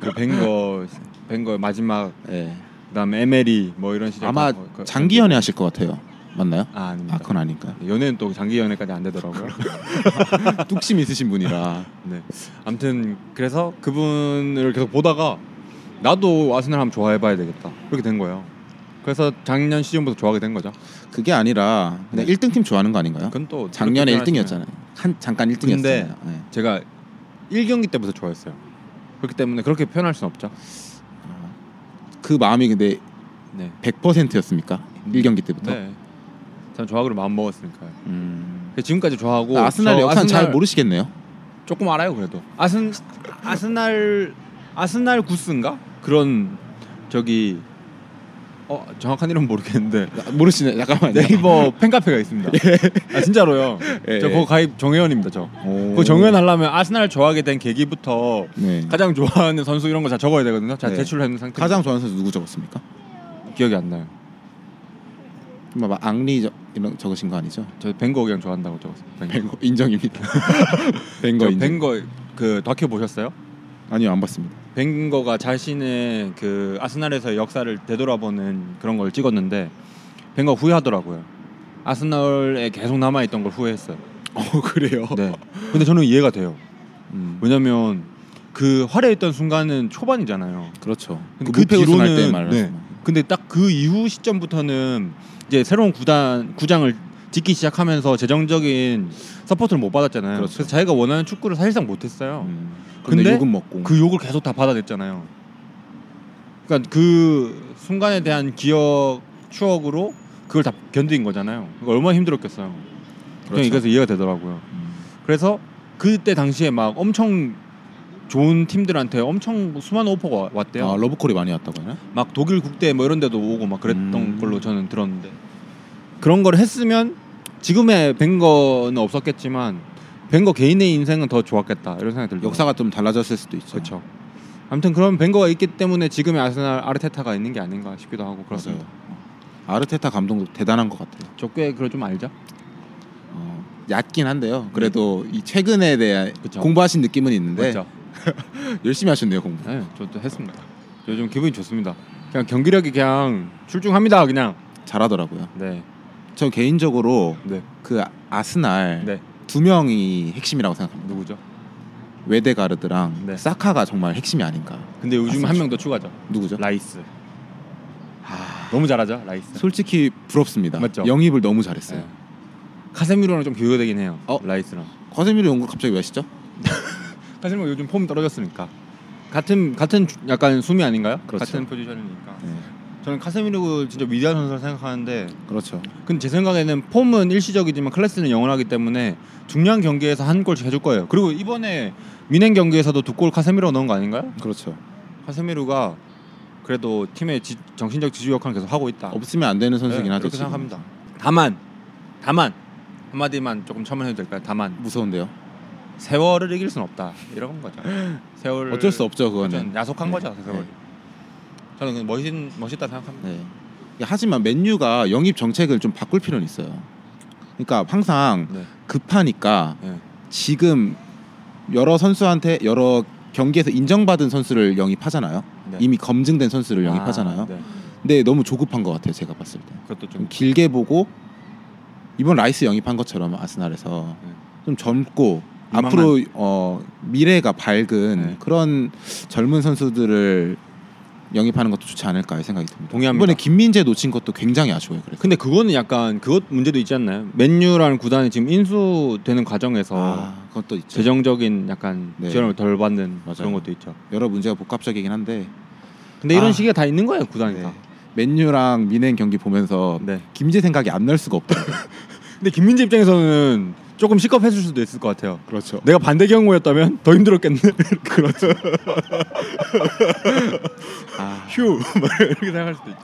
그 벵거 벵거 마지막
네.
그다음에 에메리 뭐 이런 시절
아마
다 거- 거-
장기 연애 하실 것 같아요. 맞나요?
아 아닙니다.
아, 그건 아닐까요?
연애는 또 장기 연애까지 안 되더라고요.
뚝심 있으신 분이라.
네. 아무튼 그래서 그분을 계속 보다가 나도 아스날 한번 좋아해봐야 되겠다. 그렇게 된 거예요. 그래서 작년 시즌부터 좋아하게 된 거죠.
그게 아니라 그냥
네.
1등 팀 좋아하는 거 아닌가요?
그건 또
어? 작년에
그렇게
1등이었잖아요. 한 잠깐 네. 1등이었잖아요.
근데- 제가 1경기 때부터 좋아했어요. 그렇기 때문에 그렇게 표현할 수는 없죠.
그 마음이 근데
네.
어? 100%였습니까? 1경기 때부터.
네. 저는 좋아하기로 마음 먹었으니까요.
음.
그래서 지금까지 좋아하고
아스날
뭐 저
역사는 잘
아스날
모르시겠네요.
조금 알아요 그래도 아슨 아스날 아스날 구스인가 그런 저기 어 정확한 이름 은 모르겠는데
아, 모르시네. 잠깐만요.
네이버 팬카페가 있습니다. 아 진짜로요.
예,
저
예.
그거 가입 정회원입니다 저.
오.
그거 정회원 하려면 아스날 좋아하게 된 계기부터
네.
가장 좋아하는 선수 이런 거 다 적어야 되거든요. 자
네.
제출을 했는 상태.
가장 좋아하는 선수 누구 적었습니까?
기억이 안 나요.
막, 뭐 막 앙리 저, 이런 적으신 거 아니죠?
저 벵거 그냥 좋아한다고 적었어요. 벵거.
뱅거 인정입니다. 뱅거
저
인정.
벵거 그 다큐 보셨어요?
아니요 안 봤습니다.
벵거가 자신의 그 아스날에서의 역사를 되돌아보는 그런 걸 찍었는데 벵거 후회하더라고요. 아스널에 계속 남아 있던 걸 후회했어요.
어 그래요.
네. 근데 저는 이해가 돼요.
음,
왜냐면 그 화려했던 순간은 초반이잖아요.
그렇죠.
근데
그
그
무패 우승할
뒤로는-
때 말을
네.
하시는 거.
근데 딱 그 이후 시점부터는 이제 새로운 구단 구장을 짓기 시작하면서 재정적인 서포트를 못 받았잖아요.
그렇죠.
래서 자기가 원하는 축구를 사실상 못 했어요.
음.
근데
근데 욕은 먹고.
그 욕을 계속 다 받아냈잖아요. 그러니까 그 순간에 대한 기억 추억으로 그걸 다 견딘 거잖아요. 그거 얼마나 힘들었겠어요. 저는
그렇죠.
이래서 이해가 되더라고요.
음.
그래서 그때 당시에 막 엄청 좋은 팀들한테 엄청 수많은 오퍼가 와- 왔대요.
아 러브콜이 많이 왔다고 하나?
막 독일 국대 뭐 이런 데도 오고 막 그랬던
음.
걸로 저는 들었는데 그런 걸 했으면 지금의 뱅거는 없었겠지만 뱅거 개인의 인생은 더 좋았겠다 이런 생각이 들죠.
역사가 좀 달라졌을 수도 있죠.
그렇죠. 아무튼 그런 뱅거가 있기 때문에 지금의 아스날 아르테타가 있는 게 아닌가 싶기도 하고 그렇습니다.
어. 맞아요. 아르테타 감독도 대단한 것 같아요.
저꽤 그걸 좀 알죠?
어, 얕긴 한데요. 그래도 이 최근에 대한
네. 그쵸.
공부하신 느낌은 있는데
그렇죠.
열심히 하셨네요 공부.
네, 저도 했습니다. 요즘 기분이 좋습니다. 그냥 경기력이 그냥 출중합니다. 그냥.
잘하더라고요.
네.
저 개인적으로
네.
그 아스날
네.
두 명이 핵심이라고 생각합니다.
누구죠?
외데가르드랑
네.
사카가 정말 핵심이 아닌가.
근데 요즘
아스날
한 명 더 추가죠.
누구죠? 아.
라이스. 너무 잘하죠, 라이스.
솔직히 부럽습니다.
맞죠?
영입을 너무 잘했어요.
네. 카세미로랑 좀 비교가 되긴 해요.
어?
라이스랑.
커세미로 연구 갑자기 왜 하시죠?
카세미로 요즘 폼 떨어졌으니까. 같은 같은 주- 약간 숨이 아닌가요?
그렇죠.
같은 포지션이니까.
네.
저는 카세미로 진짜 위대한 선수라 생각하는데
그렇죠.
근데 제 생각에는 폼은 일시적이지만 클래스는 영원하기 때문에 중요한 경기에서 한 골씩 해줄 거예요. 그리고 이번에 미넨 경기에서도 두 골 카세미로 넣은 거 아닌가요?
그렇죠.
카세미로가 그래도 팀의 지- 정신적 지주 역할을 계속 하고 있다.
없으면 안 되는 선수긴
네,
하죠.
그렇게
지금.
생각합니다. 다만 다만 한마디만 조금 첨언해도 될까요? 다만
무서운데요.
뭐, 세월을 이길 순 없다 이런 거죠. 세월
어쩔 수 없죠 그거는.
좀 야속한
네.
거죠 세월. 이
네.
저는 그냥 멋있 멋있다 생각합니다.
네. 하지만 맨유가 영입 정책을 좀 바꿀 필요는 있어요. 그러니까 항상
네.
급하니까
네.
지금 여러 선수한테 여러 경기에서 인정받은 선수를 영입하잖아요.
네.
이미 검증된 선수를
아,
영입하잖아요.
네.
근데 너무 조급한 것 같아요. 제가 봤을 때.
그것도 좀
좀 길게 보고 이번 라이스 영입한 것처럼 아스날에서
네.
좀 젊고
유망한.
앞으로 어, 미래가 밝은
네.
그런 젊은 선수들을 영입하는 것도 좋지 않을까 이 생각이 듭니다.
동의합니다.
이번에 김민재 놓친 것도 굉장히 아쉬워요. 그래서
근데 그거는 약간 그것 문제도 있지 않나요? 맨유라는 구단이 지금 인수되는 과정에서
아, 그것도 있죠.
재정적인 약간
네.
지원을 덜 받는
맞아요.
그런 것도 있죠.
여러 문제가 복합적이긴 한데
근데 이런
아.
시기가 다 있는 거예요 구단이
네.
다.
맨유랑 미넨 경기 보면서
그러니까. 네.
김재 생각이 안 날 수가 없더라고요.
근데 김민재 입장에서는 조금 시겁했을 수도 있을 것 같아요.
그렇죠.
내가 반대 경우였다면 더 힘들었겠네. 그렇죠.
아,
휴 이렇게 생각할 수도 있죠.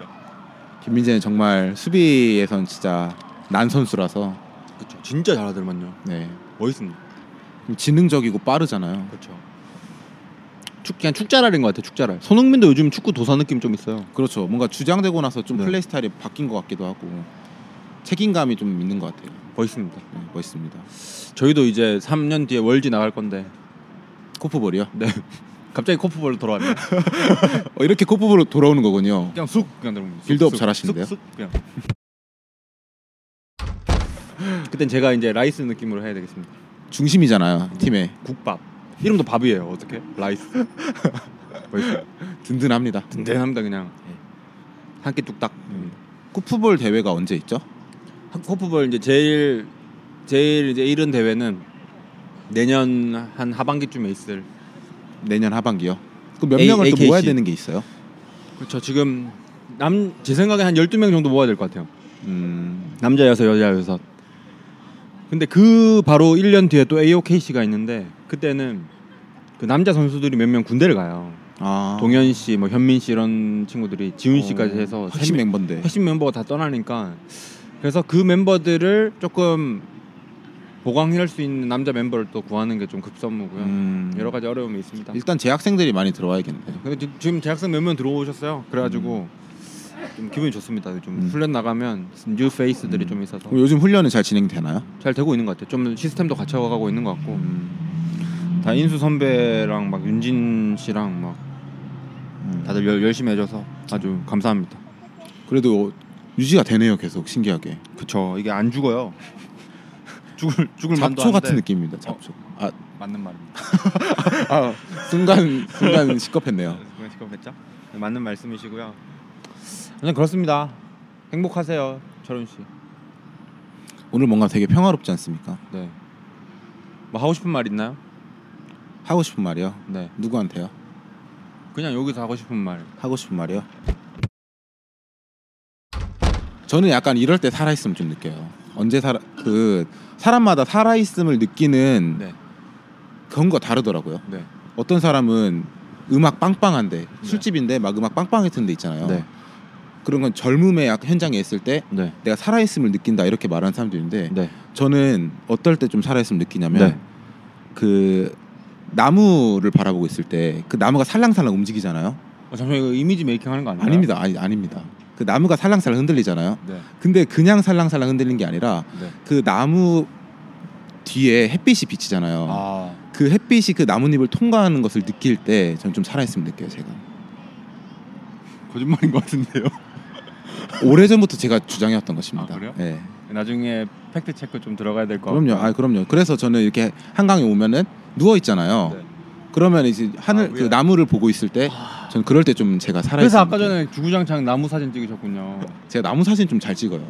김민재는 정말 수비에선 진짜 난 선수라서
그렇죠. 진짜 잘하더만요.
네.
멋있습니다.
지능적이고 빠르잖아요.
그렇죠. 축 그냥 축자랄인 것 같아요. 축자랄. 손흥민도 요즘 축구 도사 느낌 좀 있어요.
그렇죠. 뭔가 주장되고 나서 좀
네.
플레이 스타일이 바뀐 것 같기도 하고 책임감이 좀 있는 것 같아요.
멋있습니다.
네, 멋있습니다.
저희도 이제 3년 뒤에 월지 나갈 건데
코프볼이요.
네. 갑자기 코프볼로 돌아왔네요.
어, 이렇게 코프볼로 돌아오는 거군요.
그냥 쑥 그냥 들어옵니다. 쑥,
빌드업
쑥,
잘하시는데요?
쑥, 쑥, 그냥. 그땐 제가 이제 라이스 느낌으로 해야 되겠습니다.
중심이잖아요 팀에
국밥. 이름도 밥이에요. 어떻게? 라이스. 멋있어요.
든든합니다.
든든합니다 그냥. 예. 한 끼 뚝딱.
코프볼 대회가 언제 있죠?
한 코프볼 이제 제일 제일 이제 이른 대회는 내년 한 하반기쯤에 있을.
내년 하반기요. 그몇
A-
명을 또
AKC.
모아야 되는 게 있어요?
그렇죠. 지금 남 제 생각에 한 12명 정도 모아야 될 것 같아요.
음,
남자 여섯 여자 여섯 근데 그 바로 1년 뒤에 또 AOKC가 있는데 그때는 그 남자 선수들이 몇 명 군대를 가요
아
동현 씨, 뭐 현민 씨 이런 친구들이 지훈 씨까지
어,
해서 세
핵심
명-
멤버인데
핵심 멤버가 다 떠나니까 그래서 그 멤버들을 조금 보강할 수 있는 남자 멤버를 또 구하는 게 좀 급선무고요
음,
여러 가지 어려움이 있습니다
일단 재학생들이 많이 들어와야겠네요.
근데 지- 지금 재학생 몇 명 들어오셨어요 그래가지고 좀 기분이 좋습니다 요즘
음.
훈련 나가면 뉴 페이스들이
음.
좀 있어서
그럼 요즘 훈련은 잘 진행되나요?
잘 되고 있는 것 같아요. 좀 시스템도 갖춰가고 있는 것 같고
음,
다 인수 선배랑 막 윤진 씨랑 막
음.
다들 열, 열심히 해줘서 아주 감사합니다.
그래도 유지가 되네요 계속 신기하게
그쵸 이게 안 죽어요. 죽을 죽을 만도
잡초 같은
한데. 어.
느낌입니다 잡초 아,
맞는 말입니다.
아 순간 순간 시겁했네요
그건 시끄럽겠죠? 네, 맞는 말씀이시고요. 그냥 그렇습니다. 행복하세요, 철훈 씨.
오늘 뭔가 되게 평화롭지 않습니까
네. 뭐 하고 싶은 말 있나요?
하고 싶은 말이요
네.
누구한테요
그냥 여기서 하고 싶은 말.
하고 싶은 말이요 저는 약간 이럴 때 살아있음 좀 느껴요 언제 살아 그 사람마다 살아있음을 느끼는
네.
그런 거 다르더라고요
네.
어떤 사람은 음악 빵빵한데 술집인데 막 음악 빵빵했던 데 있잖아요
네.
그런 건 젊음의 약 현장에 있을 때
네.
내가 살아있음을 느낀다 이렇게 말하는 사람도 있는데
네.
저는 어떨 때 좀 살아있음을 느끼냐면
네.
그 나무를 바라보고 있을 때 그 나무가 살랑살랑 움직이잖아요
어, 잠시만 이거 이미지 메이킹 하는 거 아니에요?
아닙니다 아니 아닙니다 그 나무가 살랑살랑 흔들리잖아요
네.
근데 그냥 살랑살랑 흔들리는 게 아니라
네.
그 나무 뒤에 햇빛이 비치잖아요
아.
그 햇빛이 그 나뭇잎을 통과하는 것을 느낄 때 저는 좀 살아있음을 느껴요 제가
거짓말인 것 같은데요.
오래전부터 제가 주장해왔던 것입니다
아, 그래요?
예.
나중에 팩트 체크 좀 들어가야 될 것 같아요.
그럼요. 아 그럼요. 그래서 저는 이렇게 한강에 오면은 누워 있잖아요.
네.
그러면 이제 하늘
아,
그
위에. 아.
나무를 보고 있을 때 저는 그럴 때 좀 제가 살아
그래서 아까 전에 주구장창 나무 사진 찍으셨군요.
제가 나무 사진 좀 잘 찍어요.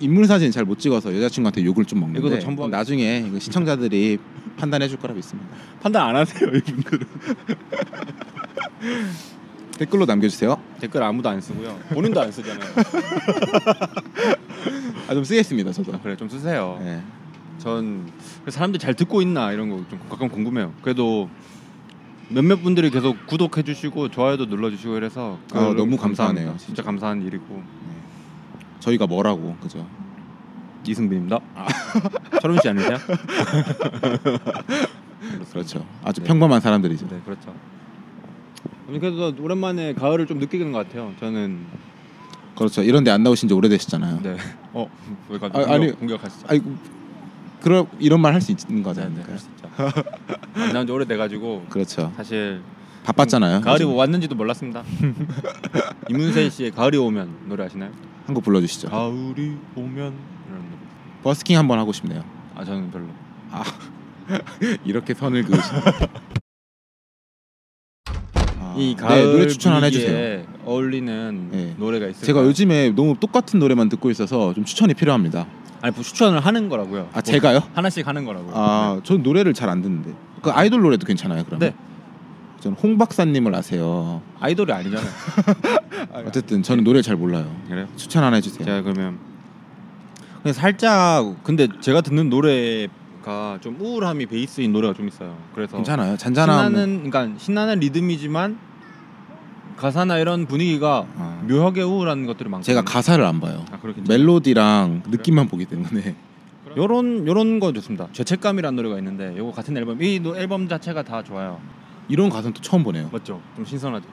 인물 사진 잘 못 찍어서 여자친구한테 욕을 좀 먹는데
이것도 첨부-
나중에 이거 시청자들이 판단해 줄 거라 믿습니다.
판단 안 하세요 이분들은.
댓글로 남겨주세요.
댓글 아무도 안 쓰고요. 본인도 안 쓰잖아요.
아 좀 쓰겠습니다 저도.
그래 좀 쓰세요.
네.
전 그래서 사람들이 잘 듣고 있나 이런 거 좀 가끔 궁금해요. 그래도 몇몇 분들이 계속 구독해주시고 좋아요도 눌러주시고 이래서
아,
그걸
너무
감사합니다.
감사하네요,
진짜 감사한 일이고
저희가 뭐라고 그죠?
이승빈입니다.
아.
철훈 씨 아니세요?
그렇죠. 아주
네.
평범한 사람들이죠.
네 그렇죠. 아니, 그래서 오랜만에 가을을 좀 느끼는 것 같아요. 저는
그렇죠. 이런데 안 나오신 지 오래되셨잖아요.
네. 어, 왜
아,
갑자기
아니.
공격, 공격하시죠?
아이 그런 이런 말 할 수 있는 거잖아요.
네, 네, 할수 있죠. 만난 지 오래돼 가지고
그렇죠.
사실
바빴잖아요.
가을이
요즘.
왔는지도 몰랐습니다. 이문세 씨의 가을이 오면 노래 아시나요?
한곡 불러주시죠.
가을이 오면 이런 노래.
버스킹 한번 하고 싶네요.
아 저는 별로.
이렇게 선을 그으시.
이
네,
가을
노래 추천 하나
분위기에
해주세요.
어울리는
네.
노래가 예. 있어요.
제가 요즘에 너무 똑같은 노래만 듣고 있어서 좀 추천이 필요합니다.
아니 뭐 추천을 하는 거라고요.
아 제가요?
하나씩 하는 거라고요.
아, 전 노래를 잘 안 듣는데. 그 아이돌 노래도 괜찮아요, 그러면?
네.
저는 홍 박사님을 아세요.
네. 아이돌이 아니잖아요.
어쨌든 저는 노래 잘 몰라요.
그래요?
추천 하나 해주세요.
제가 그러면 그냥 살짝 근데 제가 듣는 노래가 좀 우울함이 베이스인 노래가 좀 있어요. 그래서
괜찮아요. 뭐. 잔잔한.
신나는 그러니까 신나는 리듬이지만 가사나 이런 분위기가
아,
묘하게 우울한 것들이 많고
제가 가사를 안 봐요.
아, 그렇긴
멜로디랑 느낌만 보기 때문에.
요런 요런 거 좋습니다. 죄책감이라는 노래가 있는데 요거 같은 앨범 이 노- 앨범 자체가 다 좋아요.
이런 가사는 또 처음 보네요.
맞죠? 좀 신선하죠.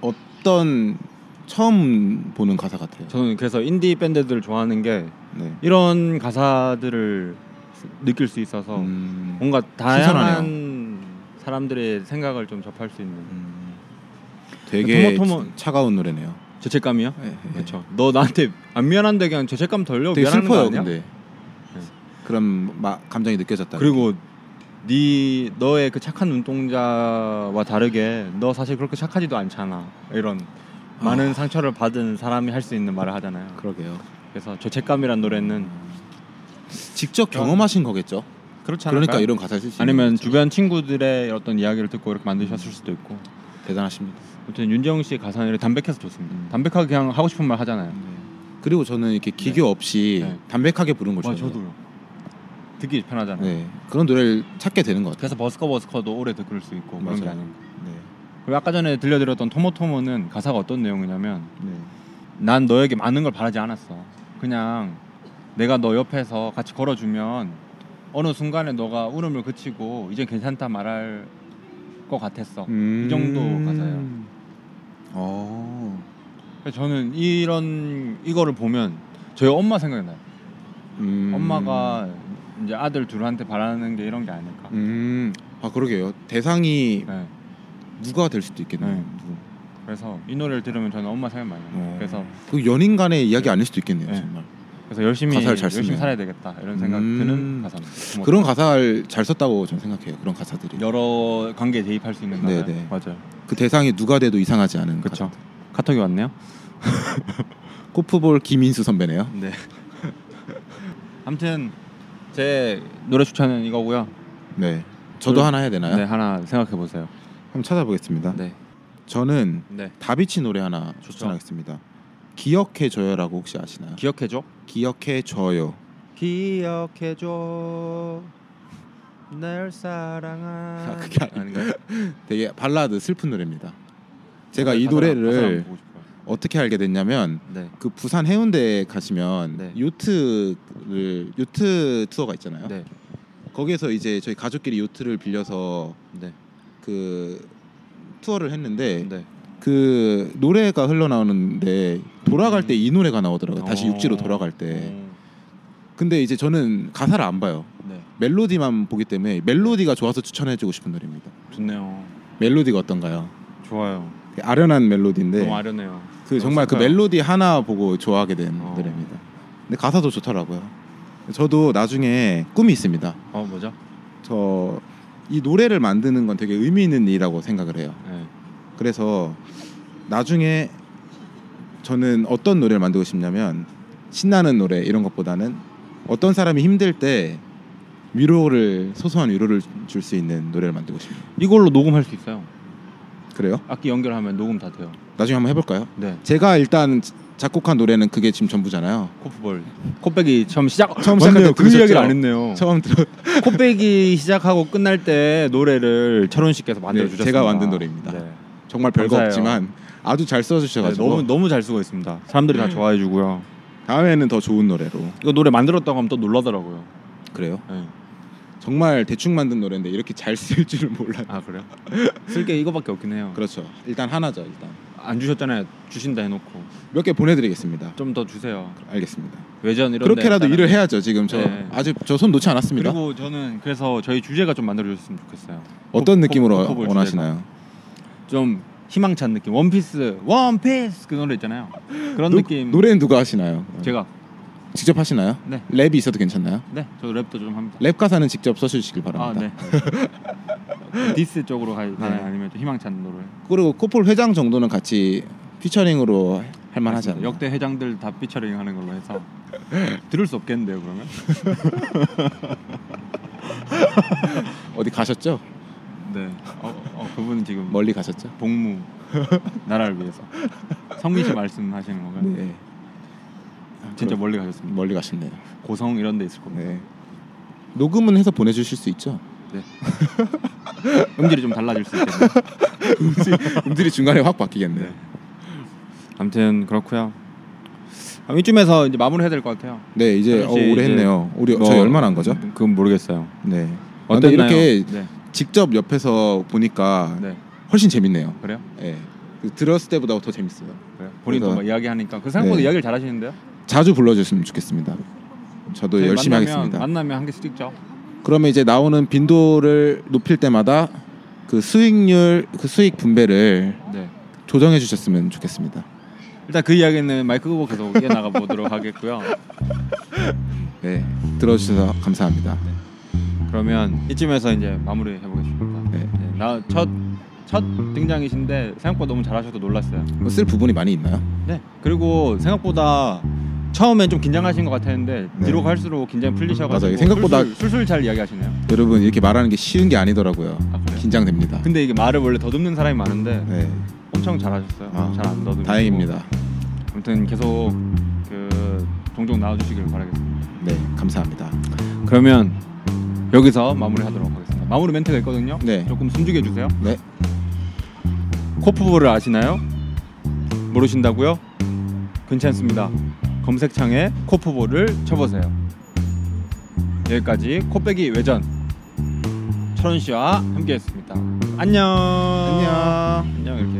어떤 처음 보는 가사 같아요.
저는 그래서 인디 밴드들을 좋아하는 게
네.
이런 가사들을 스- 느낄 수 있어서
음,
뭔가 다양한 사람들의 생각을 좀 접할 수 있는
음, 되게
토모토모-
차가운 노래네요.
죄책감이요?
예, 예.
그렇죠. 너 나한테 안 미안한데 그냥 죄책감 덜려
되게
미안한 거
슬퍼요,
아니야?
근데. 예. 그런 마, 감정이 느껴졌다.
그리고 네 너의 그 착한 눈동자와 다르게 너 사실 그렇게 착하지도 않잖아. 이런 많은 상처를 받은 사람이 할 수 있는 말을 하잖아요.
그러게요.
그래서 죄책감이란 노래는
직접 경험하신 거겠죠.
그렇지 않을까요?
그러니까 이런 가사를 쓰시는
아니면
거죠.
주변 친구들의 어떤 이야기를 듣고 이렇게 만드셨을 수도 있고.
대단하십니다.
아무튼 윤재영 씨의 가사를 담백해서 좋습니다.
음.
담백하게 그냥 하고 싶은 말 하잖아요.
네. 그리고 저는 이렇게 기교 없이
네.
담백하게 부른 걸
와,
좋아해요.
듣기 편하잖아요.
네. 그런 노래를 찾게 되는 것 같아요.
그래서 버스커 버스커도 오래 듣을 수 있고 그런 게
맞아요.
아닌가.
네.
그리고 아까 전에 들려드렸던 토모토모는 가사가 어떤 내용이냐면
네.
난 너에게 많은 걸 바라지 않았어. 그냥 내가 너 옆에서 같이 걸어주면 어느 순간에 너가 울음을 그치고 이제 괜찮다 말할 것 같았어.
음.
이 정도 가사예요.
어.
그래서 저는 이런 이거를 보면 저희 엄마 생각나요.
음.
엄마가 이제 아들 둘한테 바라는 게 이런 게 아닐까.
음. 아 그러게요. 대상이
네.
누가 될 수도 있겠네요.
네. 그래서 이 노래를 들으면 저는 엄마 생각 많이 나요.
어.
그래서
그 연인 간의 이야기 아닐 수도 있겠네요.
네.
정말.
그래서 열심히
가사를 잘
열심히
쓰네요.
살아야 되겠다 이런 생각
음.
드는 가사입니다.
그런 가사를 잘 썼다고 저는 생각해요. 그런 가사들이.
뭐 여러 관계에 대입할 수 있는
네,
가사.
네.
맞아요.
그 대상이 누가 돼도 이상하지 않은.
그렇죠.
가사들.
카톡이 왔네요.
코프볼 김인수 선배네요.
네. 아무튼 제 노래 추천은 이거고요.
네. 저도
그럼-
하나 해야 되나요?
네 하나 생각해 보세요.
한번 찾아보겠습니다.
네.
저는
네.
다비치 노래 하나 추천하겠습니다. 기억해 줘요라고 혹시 아시나요?
기억해 줘.
기억해 줘요.
기억해 줘. 날 사랑한.
아, 그게 아니-
아닌가요?
되게 발라드 슬픈 노래입니다. 제가 이
아, 네, 가사가- 가사가 한번
노래를
보고 싶어요.
어떻게 알게 됐냐면
네.
그 부산 해운대에 가시면
네.
요트를 요트 투어가 있잖아요.
네.
거기에서 이제 저희 가족끼리 요트를 빌려서
네.
그 투어를 했는데
네.
그 노래가 흘러나오는데 돌아갈 때 이 노래가 나오더라고요. 다시
음. 어.
육지로 돌아갈 때.
음,
근데 이제 저는 가사를 안 봐요.
네.
멜로디만 보기 때문에 멜로디가 좋아서 추천해주고 싶은 노래입니다.
좋네요.
멜로디가 어떤가요?
좋아요.
아련한 멜로디인데
너무 아련해요.
네.
어,
그 정말 그
슬퍼요.
멜로디 하나 보고 좋아하게 된
어.
노래입니다. 근데 가사도 좋더라고요. 저도 나중에 꿈이 있습니다.
어 뭐죠?
저 이 노래를 만드는 건 되게 의미 있는 일이라고 생각을 해요.
네.
그래서 나중에 저는 어떤 노래를 만들고 싶냐면 신나는 노래 이런 것보다는 어떤 사람이 힘들 때 위로를 소소한 위로를 줄 수 있는 노래를 만들고 싶어요.
이걸로 녹음할 수 있어요.
그래요?
악기 연결하면 녹음 다 돼요.
나중에 한번 해볼까요?
네.
제가 일단 작곡한 노래는 그게 지금 전부잖아요.
코프볼. 코빼기 처음 시작. 맞네요.
처음 시작할 때
그
들으셨죠?
이야기를 안 했네요.
처음 들어
코빼기 시작하고 끝날 때 노래를 철원 씨께서 만들어
네,
주셨습니다.
제가 만든 노래입니다.
네.
정말 별거
감사해요.
없지만 아주 잘
네,
써주셔가지고 음.
너무 너무 잘 쓰고 있습니다. 사람들이 다 좋아해 주고요.
다음에는 더 좋은 노래로
이거 노래 만들었다고 하면 또 놀라더라고요.
그래요?
네.
정말 대충 만든 노래인데 이렇게 잘 쓸 줄은 몰라.
아 그래요? 쓸 게 이거밖에 없긴 해요.
그렇죠. 일단 하나죠. 일단
안 주셨잖아요. 주신다 해놓고
몇 개 보내드리겠습니다.
좀 더 주세요.
알겠습니다.
외전 이런.
그렇게라도
데는
일을 해야죠. 지금 저
네.
아직 저 손 놓지 않았습니다.
그리고 저는 그래서 저희 주제가 좀 만들어졌으면 좋겠어요.
어떤
코-
느낌으로
코- 코볼
원하시나요?
좀 희망찬 느낌. 원피스, 원피스 그 노래 있잖아요. 그런
노-
느낌.
노래는 누가 하시나요?
제가
직접 하시나요?
네.
랩이 있어도 괜찮나요?
네, 저 랩도 좀 합니다.
랩 가사는 직접 써주시길
아
바랍니다.
네. 디스 쪽으로 가- 가나요?
네.
아니면 좀 희망찬 노래?
그리고 코뿔 회장 정도는 같이 피처링으로 할 만하지 않나?
역대 회장들 다 피처링 하는 걸로 해서 들을 수 없겠는데요 그러면?
어디 가셨죠?
네. 어, 어, 그분은 지금
멀리 가셨죠?
복무 나라를 위해서 성민 씨 말씀하시는 건가요?
네.
진짜
그럼-
멀리 가셨습니다.
멀리 가셨네요.
고성 이런 데 있을 겁니다.
네. 녹음은 해서 보내주실 수 있죠?
음질이 좀 달라질 수 있겠네요.
음질이 중간에 확 바뀌겠네.
네. 아무튼 그렇고요. 아, 이쯤에서 이제 마무리해야 될 것 같아요.
네, 이제
사실
어, 오래
이제
했네요. 우리
뭐-
저희 얼마나 한 거죠?
그건 모르겠어요.
네. 아, 근데
어땠나요?
이렇게
네.
직접 옆에서 보니까
네.
훨씬 재밌네요.
그래요?
예. 그 들었을 때보다 더 재밌어요.
그래요. 본인도
그래서-
막 이야기하니까 그 생각보다
네.
이야기를 잘하시는데요.
자주 불러주셨으면 좋겠습니다. 저도
저희
열심히
네, 만나면-
하겠습니다.
만나면 한 개씩 찍죠.
그러면 이제 나오는 빈도를 높일 때마다 그 수익률, 그 수익 분배를
네.
조정해 주셨으면 좋겠습니다.
일단 그 이야기는 마이크 끄고 계속 이어나가 보도록 하겠고요.
네, 들어주셔서 감사합니다.
그러면 이쯤에서 이제 마무리 해보겠습니다.
네.
나첫 첫 등장이신데 생각보다 너무 잘하셔서 놀랐어요.
뭐쓸 부분이 많이 있나요?
네. 그리고 생각보다 처음엔 좀 긴장하신 것 같았는데
네.
뒤로 갈수록 긴장 풀리셔가지고
맞아요. 생각보다-
술술, 술술 잘 이야기하시네요.
여러분 이렇게 말하는 게 쉬운 게 아니더라고요.
아, 그래요?
긴장됩니다.
근데 이게 말을 원래 더듬는 사람이 많은데
네,
엄청 잘하셨어요.
아,
잘 안 더듬고.
다행입니다.
아무튼 계속 그 종종 나와주시길 바라겠습니다.
네, 감사합니다.
그러면 여기서 마무리하도록 하겠습니다. 마무리 멘트가 있거든요.
네.
조금 숨죽여 주세요.
네,
코프볼을 아시나요? 모르신다고요? 괜찮습니다. 검색창에 코프볼을 쳐보세요. 여기까지 코빼기 외전 철원 씨와 함께했습니다. 안녕.
안녕.
안녕 이렇게.